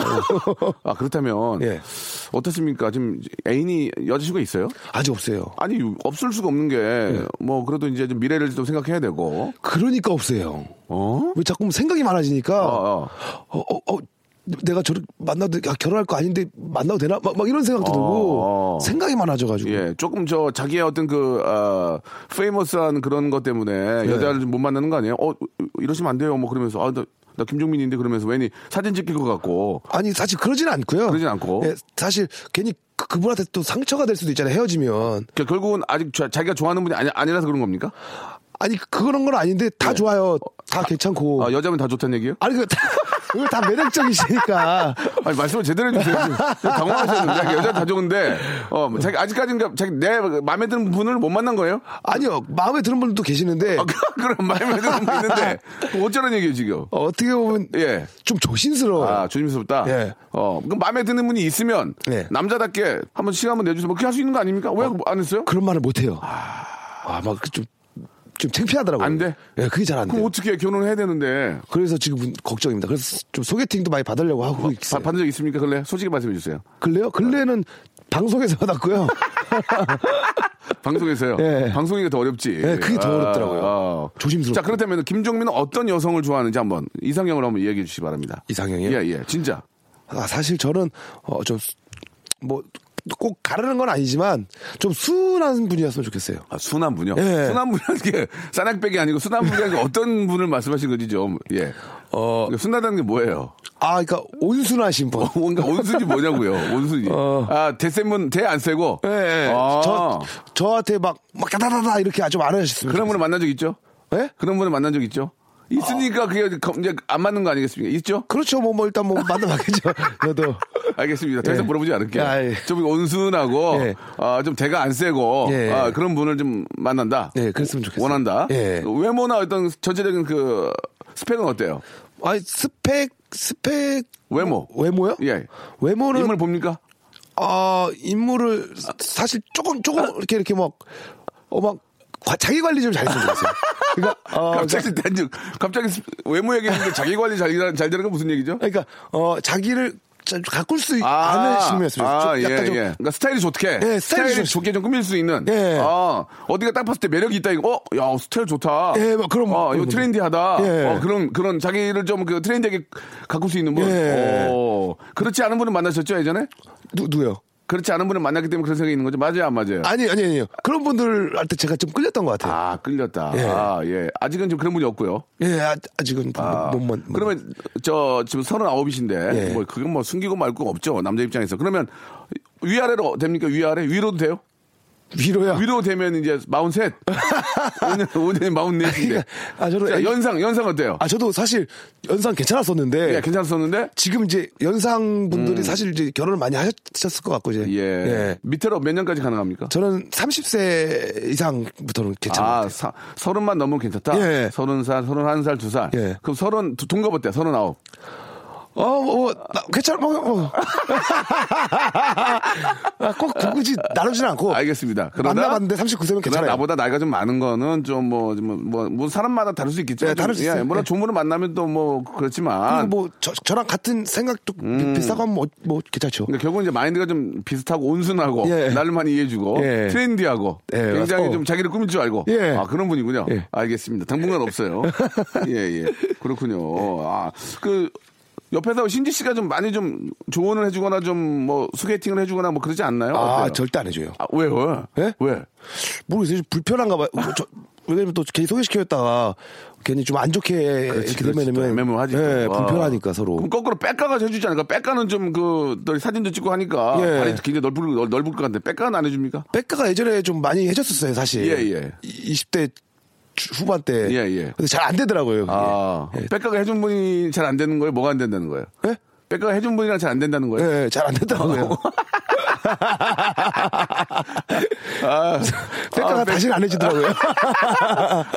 Speaker 2: 아, 그렇다면.
Speaker 1: 예.
Speaker 2: 어떻습니까? 지금 애인이, 여자친구가 있어요?
Speaker 1: 아직 없어요.
Speaker 2: 아니 없을 수가 없는 게 뭐 그래도 이제 좀 미래를 좀 생각해야 되고
Speaker 1: 그러니까 없어요.
Speaker 2: 어?
Speaker 1: 왜 자꾸 생각이 많아지니까.
Speaker 2: 어,
Speaker 1: 어,
Speaker 2: 어.
Speaker 1: 어, 어, 내가 저를 만나도 아, 결혼할 거 아닌데 만나도 되나? 막, 막 이런 생각도
Speaker 2: 어,
Speaker 1: 들고
Speaker 2: 어.
Speaker 1: 생각이 많아져가지고.
Speaker 2: 예, 조금 저 자기의 어떤 그 아, 페이머스한 그런 것 때문에 여자를 좀 못 만나는 거 아니에요? 어 이러시면 안 돼요. 뭐 그러면서 아, 나, 나 김종민인데 그러면서 괜히 사진 찍힐 것 같고
Speaker 1: 아니 사실 그러진 않고요.
Speaker 2: 그러진 않고.
Speaker 1: 예, 사실 괜히 그- 그분한테 또 상처가 될 수도 있잖아요. 헤어지면.
Speaker 2: 그 결국은 아직 자, 기가 좋아하는 분이 아니, 아니라서 그런 겁니까?
Speaker 1: 아니 그- 그런 건 아닌데 다 좋아요. 다 괜찮고.
Speaker 2: 아, 여자면 다 좋다는 얘기예요?
Speaker 1: 아니 그 다, 이거 다 매력적이시니까.
Speaker 2: 아니 말씀을 제대로 해주세요. 지금 당황하셨는데 여자 다 좋은데 어, 뭐 자기 아직까지는 자기 내 마음에 드는 분을 못 만난 거예요?
Speaker 1: 아니요 마음에 드는 분도 계시는데
Speaker 2: 아, 그럼 마음에 드는 분 있는데 어쩌라는 얘기예요 지금?
Speaker 1: 어, 어떻게 보면
Speaker 2: 예.
Speaker 1: 좀 조심스러워.
Speaker 2: 아,
Speaker 1: 요
Speaker 2: 조심스럽다?
Speaker 1: 어. 예.
Speaker 2: 어, 그 마음에 드는 분이 있으면,
Speaker 1: 예.
Speaker 2: 남자답게 한번 시간 한번 내주세요. 뭐, 그렇게 할 수 있는 거 아닙니까? 왜 안 했어요?
Speaker 1: 그런 말을 못 해요. 아, 막좀좀 창피하더라고요.
Speaker 2: 안 돼?
Speaker 1: 예, 그게 잘 안 돼.
Speaker 2: 그럼 어떻게 해? 결혼을 해야 되는데.
Speaker 1: 그래서 지금 걱정입니다. 그래서 좀 소개팅도 많이 받으려고 하고
Speaker 2: 바,
Speaker 1: 있어요.
Speaker 2: 받은 아, 적 있습니까? 근래? 솔직히 말씀해 주세요.
Speaker 1: 근래요? 근래는 방송에서 받았고요.
Speaker 2: 방송에서요.
Speaker 1: 예.
Speaker 2: 방송이 더 어렵지. 아,
Speaker 1: 예, 그게 더 어렵더라고요. 조심스럽게.
Speaker 2: 자, 그렇다면 김종민은 어떤 여성을 좋아하는지 한번 이상형을 한번 이야기해 주시기 바랍니다.
Speaker 1: 이상형이요?
Speaker 2: 예, 예. 진짜.
Speaker 1: 아, 사실 저는 어, 좀뭐 꼭 가르는 건 아니지만 좀 순한 분이었으면 좋겠어요.
Speaker 2: 아, 순한 분이요?
Speaker 1: 예.
Speaker 2: 순한 분이라는 게 싸낙백이 아니고 순한 분이라는 게 어떤 분을 말씀하신 건지 좀, 예. 어, 순하다는 게 뭐예요?
Speaker 1: 아, 그러니까 온순하신 분.
Speaker 2: 뭔가 온순이 뭐냐고요? 온순이.
Speaker 1: 어.
Speaker 2: 아, 대세문, 대안 세고?
Speaker 1: 예, 예.
Speaker 2: 아.
Speaker 1: 저 저한테 막막 다다다다 이렇게 좀 안 하셨습니다.
Speaker 2: 그런 분을 만난 적 있죠?
Speaker 1: 예?
Speaker 2: 그런 분을 만난 적 있죠? 있으니까 그게 거- 이제 안 맞는 거 아니겠습니까? 있죠?
Speaker 1: 그렇죠. 뭐 뭐 일단 뭐 만나봐야죠. 저도
Speaker 2: 알겠습니다. 더 이상
Speaker 1: 예.
Speaker 2: 물어보지 않을게요.
Speaker 1: 아, 예.
Speaker 2: 좀 온순하고,
Speaker 1: 예.
Speaker 2: 아, 좀 대가 안 세고,
Speaker 1: 예.
Speaker 2: 아, 그런 분을 좀 만난다?
Speaker 1: 예, 그랬으면 좋겠어요.
Speaker 2: 원한다?
Speaker 1: 예.
Speaker 2: 외모나 어떤 전체적인 그 스펙은 어때요?
Speaker 1: 아니 스펙 스펙
Speaker 2: 외모.
Speaker 1: 외모요?
Speaker 2: 예.
Speaker 1: 외모는
Speaker 2: 인물 봅니까?
Speaker 1: 아 인물을 사실 조금 조금 이렇게 이렇게 막어막 자기 관리 좀 잘했으면 좋겠어요. 그러니까 어,
Speaker 2: 갑자기 단지 갑자기 스- 외모 얘기했는데 자기 관리 잘, 잘 되는 건 무슨 얘기죠?
Speaker 1: 그러니까 어 자기를 좀 가꿀 수 않은 신이었어요.
Speaker 2: 아,
Speaker 1: 좀
Speaker 2: 예,
Speaker 1: 약간 좀
Speaker 2: 예. 그러니까 스타일이 좋게.
Speaker 1: 예, 스타일이
Speaker 2: 스타일이,
Speaker 1: 좋-
Speaker 2: 좋게 좀 꾸밀 수 있는.
Speaker 1: 예.
Speaker 2: 아, 어디가 딱 봤을 때 매력이 있다. 이거, 어, 야, 스타일 좋다.
Speaker 1: 예, 막 그런
Speaker 2: 어,
Speaker 1: 거.
Speaker 2: 이거 트렌디하다.
Speaker 1: 예.
Speaker 2: 어, 그런, 그런 자기를 좀 그 트렌디하게 가꿀 수 있는 분.
Speaker 1: 예.
Speaker 2: 오, 그렇지 않은 분을 만나셨죠, 예전에?
Speaker 1: 누, 누요?
Speaker 2: 그렇지 않은 분을 만났기 때문에 그런 생각이 있는 거죠. 맞아요, 안 맞아요?
Speaker 1: 아니 아니 아니요. 그런 분들한테 제가 좀 끌렸던 것 같아요.
Speaker 2: 아, 끌렸다.
Speaker 1: 예.
Speaker 2: 아, 예. 아직은 좀 그런 분이 없고요.
Speaker 1: 예, 아, 아직은
Speaker 2: 아,
Speaker 1: 못, 못, 못
Speaker 2: 그러면 저 지금 서른아홉이신데
Speaker 1: 예.
Speaker 2: 뭐 그건 뭐 숨기고 말고 없죠 남자 입장에서 그러면 위아래로 됩니까 위아래 위로도 돼요
Speaker 1: 위로야.
Speaker 2: 위로 되면 이제 마흔셋 오늘 마흔넷인데
Speaker 1: 아, 저도
Speaker 2: 자,
Speaker 1: 애기-
Speaker 2: 연상 연상 어때요
Speaker 1: 아 네. 저도 사실 연상 괜찮았었는데
Speaker 2: 예 괜찮았었는데 음.
Speaker 1: 지금 이제 연상 분들이 사실 이제 결혼을 많이 하셨을 것 같고 이제
Speaker 2: 예, 밑으로 몇 년까지 가능합니까
Speaker 1: 저는 30세 이상부터는 괜찮아요.
Speaker 2: 아 사- 서른만 넘으면
Speaker 1: 예.
Speaker 2: 괜찮다 서른 살 서른한 살 두 살
Speaker 1: 예.
Speaker 2: 그럼 서른 두- 동갑 어때 서른아홉
Speaker 1: 어, 뭐, 나, 괜찮아, 뭐, 뭐. 아, 꼭 굳이 나누진 않고.
Speaker 2: 알겠습니다 아, 그러다
Speaker 1: 어, 만나봤는데 39세면
Speaker 2: 그러나
Speaker 1: 괜찮아요.
Speaker 2: 나보다 나이가 좀 많은 거는 좀 뭐, 뭐, 뭐, 뭐 사람마다 다를 수 있겠지만.
Speaker 1: 네, 다를 수
Speaker 2: 좀, 예,
Speaker 1: 있어요.
Speaker 2: 물론
Speaker 1: 네.
Speaker 2: 조문을 만나면 또 뭐
Speaker 1: 그리고
Speaker 2: 그렇지만.
Speaker 1: 뭐, 저, 저랑 같은 생각도 비- 비슷하고 하면 뭐, 뭐 괜찮죠.
Speaker 2: 음. 근데 그러니까 결국은 이제 마인드가 좀 비슷하고 온순하고
Speaker 1: 예.
Speaker 2: 나를 많이 이해해주고
Speaker 1: 예.
Speaker 2: 트렌디하고
Speaker 1: 예,
Speaker 2: 굉장히
Speaker 1: 맞-
Speaker 2: 좀
Speaker 1: 어.
Speaker 2: 자기를 꾸밀 줄 알고
Speaker 1: 예.
Speaker 2: 아 그런 분이군요.
Speaker 1: 예.
Speaker 2: 알겠습니다. 당분간 없어요. 예예 그렇군요. 아그 옆에서 신지 씨가 좀 많이 좀 조언을 해주거나 좀 뭐 소개팅을 해주거나 뭐 그러지 않나요?
Speaker 1: 아,
Speaker 2: 어때요?
Speaker 1: 절대 안 해줘요.
Speaker 2: 아, 왜요?
Speaker 1: 예?
Speaker 2: 왜?
Speaker 1: 모르겠어요. 좀 불편한가 봐요. 뭐 저- 왜냐면 또 괜히 소개시켰다가 괜히 좀 안 좋게 이렇게
Speaker 2: 그렇지, 또
Speaker 1: 되면은.
Speaker 2: 애매모호하지.
Speaker 1: 예,
Speaker 2: 또. 아. 와.
Speaker 1: 불편하니까 서로.
Speaker 2: 그럼 거꾸로 백가가 해주지 않을까? 백가는 좀 그 사진도 찍고 하니까
Speaker 1: 예.
Speaker 2: 발이 굉장히 넓을 넓- 넓을 것 같은데 백가는 안 해줍니까?
Speaker 1: 백가가 예전에 좀 많이 해줬었어요, 사실.
Speaker 2: 예, 예.
Speaker 1: 이- 20대 주- 후반 때.
Speaker 2: 예, 예.
Speaker 1: 근데 잘 안 되더라고요. 그게.
Speaker 2: 아 백가가 해준 분이 잘 안 되는 거예요? 뭐가 안 된다는 거예요?
Speaker 1: 예?
Speaker 2: 백가가 해준 분이랑 잘 안 된다는 거예요?
Speaker 1: 예, 잘 안 되더라고요.
Speaker 2: 아,
Speaker 1: 백가가
Speaker 2: 아, 백-
Speaker 1: 예. 다시는 안 해주더라고요.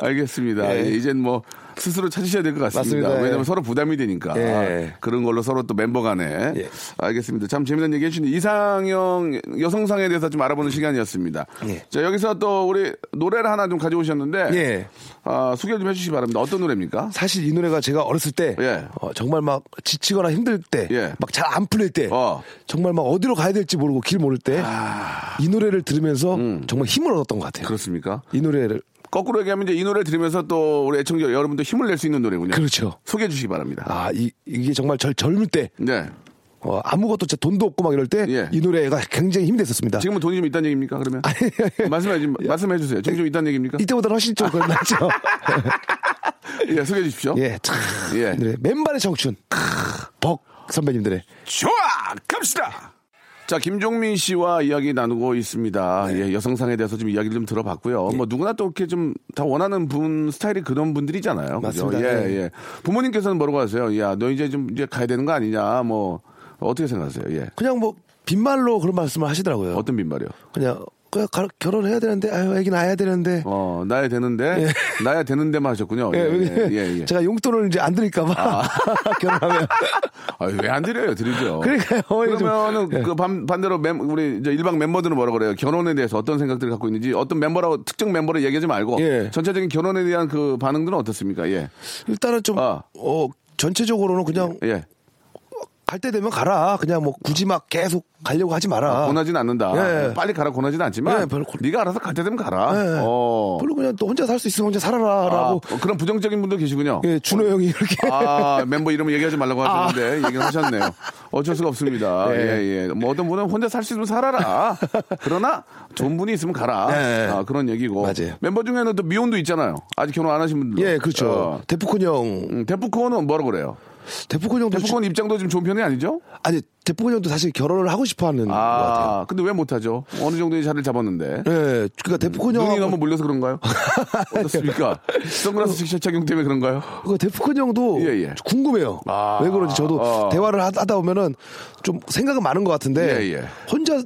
Speaker 2: 알겠습니다.
Speaker 1: 예.
Speaker 2: 예, 이젠 뭐 스스로 찾으셔야 될 것 같습니다.
Speaker 1: 맞습니다.
Speaker 2: 왜냐면
Speaker 1: 예.
Speaker 2: 서로 부담이 되니까
Speaker 1: 예.
Speaker 2: 아, 그런 걸로 서로 또 멤버 간에
Speaker 1: 예.
Speaker 2: 알겠습니다. 참 재미난 얘기 해주신 이상형 여성상에 대해서 좀 알아보는 시간이었습니다.
Speaker 1: 예.
Speaker 2: 자 여기서 또 우리 노래를 하나 좀 가져오셨는데
Speaker 1: 예.
Speaker 2: 아, 소개 좀 해주시기 바랍니다. 어떤 노래입니까?
Speaker 1: 사실 이 노래가 제가 어렸을 때
Speaker 2: 예.
Speaker 1: 어, 정말 막 지치거나 힘들 때,
Speaker 2: 예.
Speaker 1: 막 잘 안 풀릴 때,
Speaker 2: 어.
Speaker 1: 정말 막 어디로 가야 될지 모르고 길 모를 때, 이 노래를 들으면서 정말 힘을 얻었던 것 같아요.
Speaker 2: 아. 음. 그렇습니까?
Speaker 1: 이 노래를
Speaker 2: 거꾸로 얘기하면 이제 이 노래 를 들으면서 또 우리 애청자 여러분도 힘을 낼 수 있는 노래군요.
Speaker 1: 그렇죠.
Speaker 2: 소개해 주시기 바랍니다.
Speaker 1: 아, 이, 이게 정말 절, 젊을 때,
Speaker 2: 네.
Speaker 1: 어, 아무것도 진짜 돈도 없고 막 이럴 때,
Speaker 2: 예.
Speaker 1: 이 노래가 굉장히 힘이 됐었습니다.
Speaker 2: 지금은 돈이 좀 있다는 얘기입니까? 그러면 말씀해 주 말씀해 주세요. 지금 좀 있다는 얘기입니까?
Speaker 1: 이때보다는 훨씬 좀 그런 낫죠.
Speaker 2: 예, 소개해 주십시오.
Speaker 1: 예, 참.
Speaker 2: 예.
Speaker 1: 이 노래, 맨발의 청춘. 벅 선배님들의.
Speaker 2: 좋아 갑시다. 자 김종민 씨와 이야기 나누고 있습니다.
Speaker 1: 네.
Speaker 2: 예, 여성상에 대해서 좀 이야기를 좀 들어봤고요.
Speaker 1: 예.
Speaker 2: 뭐 누구나 또 이렇게 좀 다 원하는 분 스타일이 그런 분들이잖아요. 그죠?
Speaker 1: 맞습니다.
Speaker 2: 예,
Speaker 1: 네.
Speaker 2: 예. 부모님께서는 뭐라고 하세요? 야, 너 이제 좀 이제 가야 되는 거 아니냐? 뭐 어떻게 생각하세요? 예.
Speaker 1: 그냥 뭐, 빈말로 그런 말씀을 하시더라고요.
Speaker 2: 어떤 빈말이요?
Speaker 1: 그냥, 그냥 가- 결혼해야 되는데, 아유, 애기 낳아야 되는데.
Speaker 2: 어, 나야 되는데, 나야 되는데만 하셨군요.
Speaker 1: 예,
Speaker 2: 예,
Speaker 1: 왜냐면
Speaker 2: 예. 예.
Speaker 1: 제가 용돈을 이제 안 드릴까봐 결혼하면
Speaker 2: 아, 왜 안 드려요? 드리죠.
Speaker 1: 그러니까요. 어이, 좀- 예.
Speaker 2: 그러면은 그 반, 반대로 멤, 우리 이제 일방 멤버들은 뭐라 그래요? 결혼에 대해서 어떤 생각들을 갖고 있는지 어떤 멤버라고 특정 멤버를 얘기하지 말고
Speaker 1: 예.
Speaker 2: 전체적인 결혼에 대한 그 반응들은 어떻습니까? 예.
Speaker 1: 일단은 좀
Speaker 2: 아.
Speaker 1: 어, 전체적으로는 그냥
Speaker 2: 예.
Speaker 1: 갈 때 되면 가라. 그냥 뭐 굳이 막 계속 가려고 하지 마라.
Speaker 2: 권하진 않는다.
Speaker 1: 아. 예.
Speaker 2: 빨리 가라 권하진 않지만
Speaker 1: 예, 별로 권-
Speaker 2: 네가 알아서 갈 때 되면 가라.
Speaker 1: 예.
Speaker 2: 어.
Speaker 1: 별로 그냥 또 혼자 살 수 있으면 혼자
Speaker 2: 아,
Speaker 1: 살아라라고
Speaker 2: 어, 그런 부정적인 분도 계시군요.
Speaker 1: 예, 준호 형이 이렇게
Speaker 2: 아, 멤버 이름을 얘기하지 말라고 하셨는데, 얘기를 하셨네요. 어쩔 수가 없습니다.
Speaker 1: 아. 네.
Speaker 2: 예, 예. 뭐 어떤 분은 혼자 살 수 있으면 살아라. 그러나 좋은 분이 있으면 가라.
Speaker 1: 네.
Speaker 2: 아, 그런 얘기고.
Speaker 1: 맞아요.
Speaker 2: 멤버 중에는 또 미혼도 있잖아요. 아직 결혼 안 하신 분들.
Speaker 1: 예, 그렇죠.
Speaker 2: 어,
Speaker 1: 데프콘 형,
Speaker 2: 음, 데프콘은 뭐라고 그래요?
Speaker 1: 데프콘 형도
Speaker 2: 데프콘 입장도 지금 좋은 편이 아니죠?
Speaker 1: 주- 아니 데프콘 형도 사실 결혼을 하고 싶어하는 음, 것 같아요.
Speaker 2: 아, 근데 왜 못하죠? 어느 정도의 자리를 잡았는데.
Speaker 1: 예, 그러니까 데프콘 형,
Speaker 2: 음. 눈이 너무 몰려서 그런가요? 어떻습니까? 선글라스 직접 착용 때문에 그런가요?
Speaker 1: 그 데프콘 형도
Speaker 2: 예, 예.
Speaker 1: 궁금해요.
Speaker 2: 아,
Speaker 1: 왜 그런지 저도
Speaker 2: 어.
Speaker 1: 대화를 하- 하다 보면은 좀 생각은 많은 것 같은데
Speaker 2: 예, 예.
Speaker 1: 혼자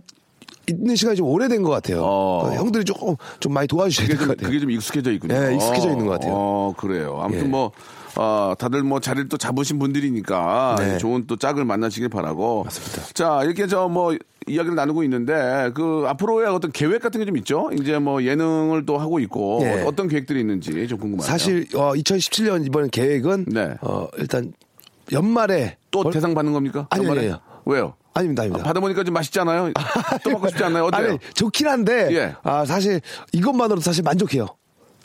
Speaker 1: 있는 시간이 좀 오래된 것 같아요.
Speaker 2: 어.
Speaker 1: 그러니까 형들이 조금 좀 많이 도와주셔야 될
Speaker 2: 그게
Speaker 1: 것
Speaker 2: 좀,
Speaker 1: 같아요.
Speaker 2: 그게 좀 익숙해져 있군요.
Speaker 1: 예, 익숙해져
Speaker 2: 어,
Speaker 1: 있는 것 같아요.
Speaker 2: 어, 그래요. 아무튼
Speaker 1: 예.
Speaker 2: 뭐, 어, 다들 뭐 자리를 또 잡으신 분들이니까
Speaker 1: 네.
Speaker 2: 좋은 또 짝을 만나시길 바라고.
Speaker 1: 맞습니다.
Speaker 2: 자, 이렇게 저 뭐 이야기를 나누고 있는데 그 앞으로의 어떤 계획 같은 게 좀 있죠? 이제 뭐 예능을 또 하고 있고
Speaker 1: 예.
Speaker 2: 어떤 계획들이 있는지 좀 궁금하네요.
Speaker 1: 사실 어, 2017년 이번 계획은
Speaker 2: 네.
Speaker 1: 어, 일단 연말에
Speaker 2: 또
Speaker 1: 벌-
Speaker 2: 대상 받는 겁니까?
Speaker 1: 아니요,
Speaker 2: 연말에?
Speaker 1: 아니요.
Speaker 2: 왜요?
Speaker 1: 아닙니다, 아닙니다.
Speaker 2: 받아보니까 좀 맛있잖아요. 또 먹고 싶지 않나요? 어때요?
Speaker 1: 아니 좋긴 한데
Speaker 2: 예.
Speaker 1: 아 사실 이것만으로도 사실 만족해요.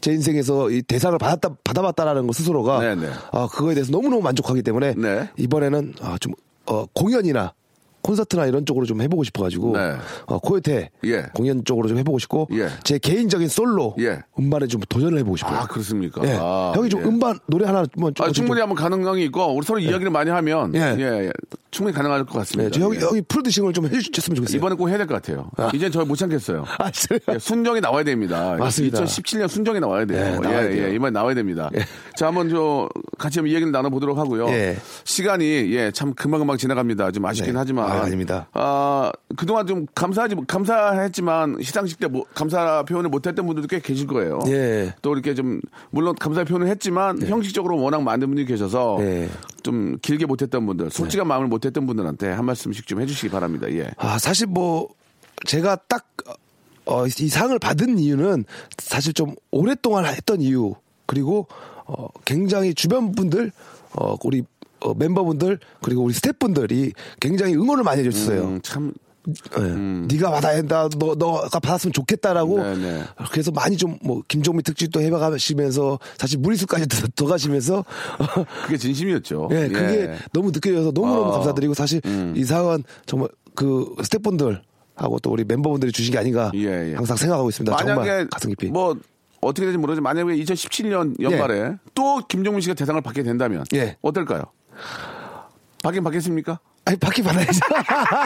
Speaker 1: 제 인생에서 이 대상을 받았다 받아봤다라는 것 스스로가
Speaker 2: 네네.
Speaker 1: 아 그거에 대해서 너무 너무 만족하기 때문에
Speaker 2: 네.
Speaker 1: 이번에는 아, 좀 어, 공연이나 콘서트나 이런 쪽으로 좀 해보고 싶어가지고
Speaker 2: 네.
Speaker 1: 어, 코요태
Speaker 2: 예.
Speaker 1: 공연 쪽으로 좀 해보고 싶고
Speaker 2: 예.
Speaker 1: 제 개인적인 솔로
Speaker 2: 예.
Speaker 1: 음반에 좀 도전을 해보고 싶어요.
Speaker 2: 아, 그렇습니까?
Speaker 1: 예.
Speaker 2: 아,
Speaker 1: 형이 좀
Speaker 2: 예.
Speaker 1: 음반 노래 하나만 좀
Speaker 2: 아, 충분히 한번 가능성이 있고 우리 서로 이야기를 많이 하면
Speaker 1: 예.
Speaker 2: 예. 예. 충분히 가능할 것 같습니다.
Speaker 1: 네, 저 형이,
Speaker 2: 예.
Speaker 1: 형이 프로듀싱을 좀 해주셨으면 좋겠어요.
Speaker 2: 이번에 꼭 해야 될 것 같아요. 이제 저 못 참겠어요.
Speaker 1: 아, 진짜요?
Speaker 2: 예, 순정이 나와야 됩니다.
Speaker 1: 맞습니다.
Speaker 2: 2017년 순정이 나와야 돼요.
Speaker 1: 예, 나와야
Speaker 2: 예,
Speaker 1: 돼요.
Speaker 2: 예, 이번에 나와야 됩니다. 자, 한번 저 같이 한번 이야기를 나눠보도록 하고요.
Speaker 1: 예.
Speaker 2: 시간이 예, 참 금방금방 지나갑니다. 좀 아쉽긴
Speaker 1: 네.
Speaker 2: 하지만.
Speaker 1: 아, 아닙니다.
Speaker 2: 아, 그동안 좀 감사하지, 감사했지만 시상식 때 뭐- 감사 표현을 못했던 분들도 꽤 계실 거예요.
Speaker 1: 예. 네.
Speaker 2: 또 이렇게 좀, 물론 감사 표현을 했지만 형식적으로 워낙 많은 분이 계셔서
Speaker 1: 예.
Speaker 2: 좀 길게 못했던
Speaker 1: 네.
Speaker 2: 분들, 솔직한 마음을 못했던 분들한테 한 말씀씩 좀 해주시기 바랍니다. 예.
Speaker 1: 아, 사실 뭐 제가 딱 어, 이 상을 받은 이유는 사실 좀 오랫동안 했던 이유 그리고 어, 굉장히 주변 분들 어, 우리 어, 멤버분들 그리고 우리 스태프분들이 굉장히 응원을 많이 해줬어요.
Speaker 2: 음, 참
Speaker 1: 예. 네가 받아야 된다. 너 너가 받았으면 좋겠다라고.
Speaker 2: 네, 네.
Speaker 1: 그래서 많이 좀 뭐 김종민 특집도 해가시면서 사실 무리수까지 더, 더 가시면서
Speaker 2: 그게 진심이었죠.
Speaker 1: 예, 그게
Speaker 2: 예.
Speaker 1: 너무 느껴져서 너무너무
Speaker 2: 어. 음.
Speaker 1: 감사드리고 사실 이 상은 정말 그 스태프분들 하고 또 우리 멤버분들이 주신 게 아닌가
Speaker 2: 예, 예.
Speaker 1: 항상 생각하고 있습니다.
Speaker 2: 만약에
Speaker 1: 정말 가슴 깊이.
Speaker 2: 뭐 어떻게 될지 모르지만 만약에 2017년 연말에 또 김종민 씨가 대상을 받게 된다면
Speaker 1: 네. 예.
Speaker 2: 어떨까요? 받긴 받겠습니까?
Speaker 1: 아니 밖에 받아야지.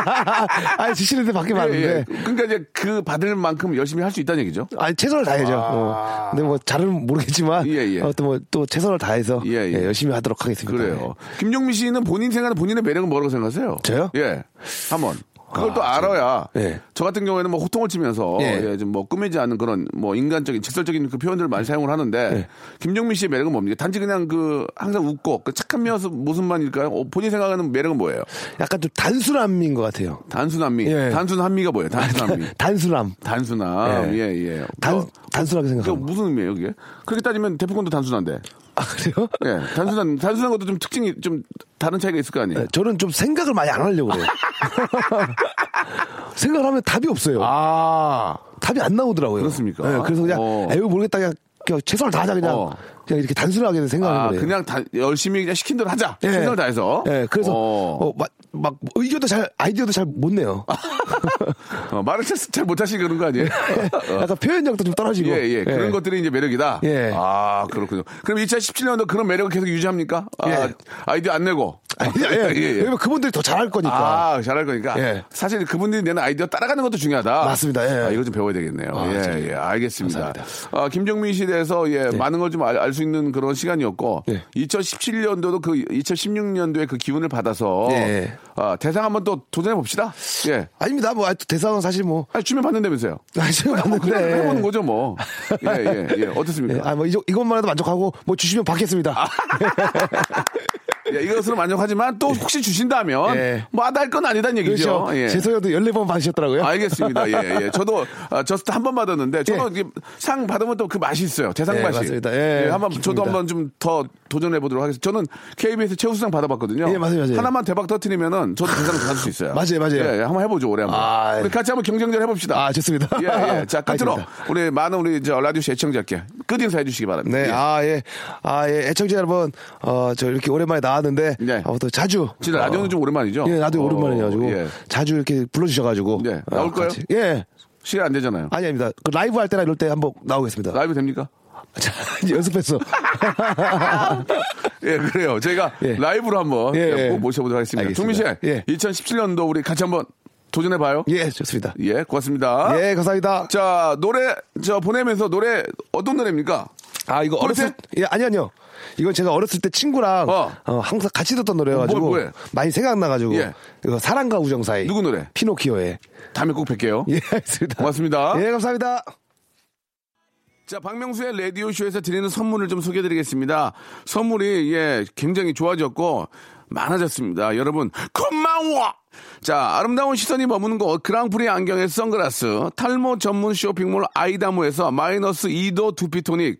Speaker 1: 아니 주시는데 밖에 받는데.
Speaker 2: 예, 예. 그러니까 이제 그 받을 만큼 열심히 할 수 있다는 얘기죠.
Speaker 1: 아니 최선을 다해죠. 어. 근데 뭐 잘은 모르겠지만
Speaker 2: 예, 예.
Speaker 1: 아무튼 뭐또 최선을 다해서
Speaker 2: 예, 예.
Speaker 1: 예, 열심히 하도록 하겠습니다. 예.
Speaker 2: 그래요. 김종민 씨는 본인 생각에 본인의 매력은 뭐라고 생각하세요?
Speaker 1: 저요?
Speaker 2: 예. 한번. 그걸 또 알아야.
Speaker 1: 예.
Speaker 2: 저 같은 경우에는 뭐 호통을 치면서
Speaker 1: 예.
Speaker 2: 예, 좀뭐 꾸미지 않은 그런 뭐 인간적인 직설적인 그 표현들을 많이 사용을 하는데
Speaker 1: 예.
Speaker 2: 김종민 씨의 매력은 뭡니까? 단지 그냥 그 항상 웃고 그 착한 면서 모습만일까요? 어, 본인 생각하는 매력은 뭐예요?
Speaker 1: 약간 좀 단순함인 것 같아요.
Speaker 2: 단순한 미.
Speaker 1: 예.
Speaker 2: 단순한 미가 뭐예요? 단순한 미.
Speaker 1: 단순함.
Speaker 2: 단순함.
Speaker 1: 예.
Speaker 2: 예, 예.
Speaker 1: 단,
Speaker 2: 어,
Speaker 1: 단순하게
Speaker 2: 그게
Speaker 1: 생각하고.
Speaker 2: 무슨 의미예요, 그게? 그렇게 따지면 대포콘도 단순한데.
Speaker 1: 아, 그래요?
Speaker 2: 예. 단순한 단순한 것도 좀 특징이 좀 다른 차이가 있을 거 아니에요?
Speaker 1: 네, 저는 좀 생각을 많이 안 하려고 그래요. 생각을 하면 답이 없어요.
Speaker 2: 아.
Speaker 1: 답이 안 나오더라고요.
Speaker 2: 그렇습니까?
Speaker 1: 네, 그래서 그냥,
Speaker 2: 어.
Speaker 1: 에휴, 모르겠다. 그냥, 그냥 최선을 다하자. 그냥,
Speaker 2: 어.
Speaker 1: 그냥 이렇게 단순하게 생각을
Speaker 2: 아,
Speaker 1: 해요.
Speaker 2: 그냥 다, 열심히 그냥 시킨 대로 하자.
Speaker 1: 예.
Speaker 2: 최선을 다해서.
Speaker 1: 예, 그래서,
Speaker 2: 어.
Speaker 1: 어, 막, 막, 의견도 잘, 아이디어도 잘 못 내요.
Speaker 2: 어, 말을 잘, 잘 못하시 그런 거 아니에요?
Speaker 1: 약간 표현력도 좀 떨어지고.
Speaker 2: 어. 예, 예. 그런 것들이 이제 매력이다.
Speaker 1: 예.
Speaker 2: 아, 그렇군요. 그럼 2017년도 그런 매력을 계속 유지합니까? 아,
Speaker 1: 예.
Speaker 2: 아이디어 안 내고.
Speaker 1: 예, 왜냐면 그분들이 더 잘할 거니까.
Speaker 2: 아, 잘할 거니까.
Speaker 1: 예.
Speaker 2: 사실 그분들이 내는 아이디어 따라가는 것도 중요하다.
Speaker 1: 맞습니다. 예.
Speaker 2: 아, 이거 좀 배워야 되겠네요.
Speaker 1: 아, 진짜.
Speaker 2: 예, 예. 알겠습니다.
Speaker 1: 감사합니다.
Speaker 2: 아, 김종민 씨에 대해서 예, 많은 걸 좀 알 수 있는 그런 시간이었고,
Speaker 1: 예.
Speaker 2: 2017년도도 그 2016년도에 그 기운을 받아서
Speaker 1: 예.
Speaker 2: 아, 대상 한번 또 도전해 봅시다. 예.
Speaker 1: 아닙니다. 뭐, 아, 대상은 사실 뭐.
Speaker 2: 아니, 주면 받는다면서요.
Speaker 1: 아, 지금
Speaker 2: 뭐 그냥
Speaker 1: 봤는데.
Speaker 2: 해보는 거죠, 뭐. 예, 예, 예.
Speaker 1: 예,
Speaker 2: 어떻습니까? 아,
Speaker 1: 아, 뭐, 이, 이것만 해도 만족하고, 뭐, 주시면 받겠습니다.
Speaker 2: 예, 이것으로 만족하지만 또 혹시 주신다면
Speaker 1: 예.
Speaker 2: 뭐 마다할 건 아니다는 얘기죠.
Speaker 1: 그렇죠.
Speaker 2: 예.
Speaker 1: 죄송해도 14번 받으셨더라고요.
Speaker 2: 알겠습니다. 예, 예. 저도 아, 저스트 한 번 받았는데 저도 이게 상 받으면 또 그 맛이 있어요. 대상
Speaker 1: 예,
Speaker 2: 맛이.
Speaker 1: 맞습니다. 예,
Speaker 2: 한번 저도
Speaker 1: 기쁩니다.
Speaker 2: 한번 좀 더 도전해 보도록 하겠습니다. 저는 KBS 최우수상 받아봤거든요.
Speaker 1: 예, 맞아요, 맞아요.
Speaker 2: 하나만 대박 터트리면은 저도 대상 받을 수 있어요.
Speaker 1: 맞아요, 맞아요.
Speaker 2: 예, 예. 한번 해보죠 올해 한번.
Speaker 1: 아, 예.
Speaker 2: 우리 같이 한번 경쟁전 해봅시다.
Speaker 1: 아, 좋습니다.
Speaker 2: 예, 예. 자 끝으로
Speaker 1: 알겠습니다.
Speaker 2: 우리 많은 우리 저 라디오 시청자께 끝 인사해 주시기 바랍니다.
Speaker 1: 네,
Speaker 2: 예.
Speaker 1: 아, 예. 아, 예. 애청자 여러분, 어, 저 이렇게 오랜만에 나왔는데,
Speaker 2: 네.
Speaker 1: 어, 또 자주.
Speaker 2: 진짜 라디오는
Speaker 1: 어,
Speaker 2: 좀 오랜만이죠?
Speaker 1: 예, 라디오
Speaker 2: 어,
Speaker 1: 오랜만이어가지고,
Speaker 2: 예.
Speaker 1: 자주 이렇게 불러주셔가지고.
Speaker 2: 네, 나올 거예요?
Speaker 1: 같이. 예.
Speaker 2: 시간 안 되잖아요.
Speaker 1: 아니, 아닙니다. 그 라이브 할 때나 이럴 때 한번 나오겠습니다.
Speaker 2: 라이브 됩니까?
Speaker 1: 자, 이제 연습했어.
Speaker 2: 예, 그래요. 저희가
Speaker 1: 예.
Speaker 2: 라이브로 한번
Speaker 1: 예, 예.
Speaker 2: 꼭 모셔보도록 하겠습니다.
Speaker 1: 알겠습니다.
Speaker 2: 종민 씨,
Speaker 1: 예.
Speaker 2: 2017년도 우리 같이 한번 도전해봐요.
Speaker 1: 예, 좋습니다.
Speaker 2: 예, 고맙습니다.
Speaker 1: 예, 감사합니다.
Speaker 2: 자, 노래, 저 보내면서 노래 어떤 노래입니까?
Speaker 1: 아, 이거
Speaker 2: 볼
Speaker 1: 어렸을
Speaker 2: 때?
Speaker 1: 예, 아니, 아니요. 이건 제가 어렸을 때 친구랑
Speaker 2: 어.
Speaker 1: 어. 항상 같이 듣던 노래여가지고
Speaker 2: 뭐, 뭐예요?
Speaker 1: 많이 생각나가지고
Speaker 2: 예.
Speaker 1: 이거 사랑과 우정 사이
Speaker 2: 누구 노래?
Speaker 1: 피노키오의
Speaker 2: 다음에 꼭 뵐게요.
Speaker 1: 예 알겠습니다
Speaker 2: 고맙습니다.
Speaker 1: 예 감사합니다
Speaker 2: 자, 박명수의 라디오쇼에서 드리는 선물을 좀 소개해드리겠습니다. 선물이, 예, 굉장히 좋아졌고, 많아졌습니다. 여러분, 고마워! 자, 아름다운 시선이 머무는 곳, 그랑프리 안경의 선글라스, 탈모 전문 쇼핑몰 아이다모에서 마이너스 2도 두피토닉,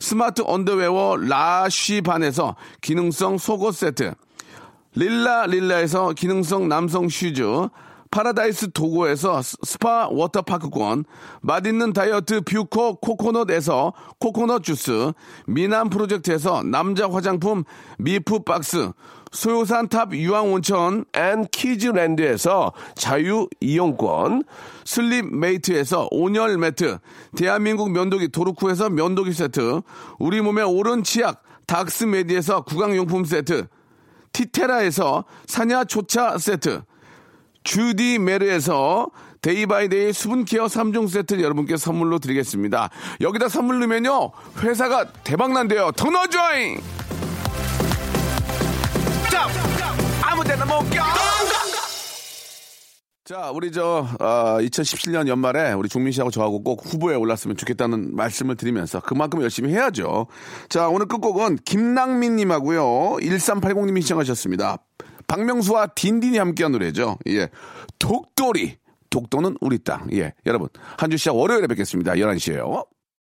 Speaker 2: 스마트 언더웨어 라쉬반에서 기능성 속옷 세트, 릴라 릴라에서 기능성 남성 슈즈, 파라다이스 도고에서 스- 스파 워터파크권, 맛있는 다이어트 뷰코 코코넛에서 코코넛 주스, 미남 프로젝트에서 남자 화장품 미프 박스, 소요산 탑 유황 온천 앤 키즈랜드에서 자유 이용권, 슬립 메이트에서 온열 매트, 대한민국 면도기 도루쿠에서 면도기 세트, 우리 몸의 오른 치약 닥스메디에서 구강용품 세트, 티테라에서 사냐 조차 세트, 주디 메르에서 데이바이데이 수분케어 3종 세트 여러분께 선물로 드리겠습니다. 여기다 선물 넣으면요, 회사가 대박난대요. 터너조잉! 아무 데나 못 껴! 자, 우리 저, 2017년 연말에 우리 종민 씨하고 저하고 꼭 후보에 올랐으면 좋겠다는 말씀을 드리면서 그만큼 열심히 해야죠. 자, 오늘 끝곡은 김낭민 님하고요, 1380님이 시청하셨습니다. 박명수와 딘딘이 함께한 노래죠. 예. 독도리. 독도는 우리 땅. 예. 여러분, 한 주 시작 월요일에 뵙겠습니다. 11시에요.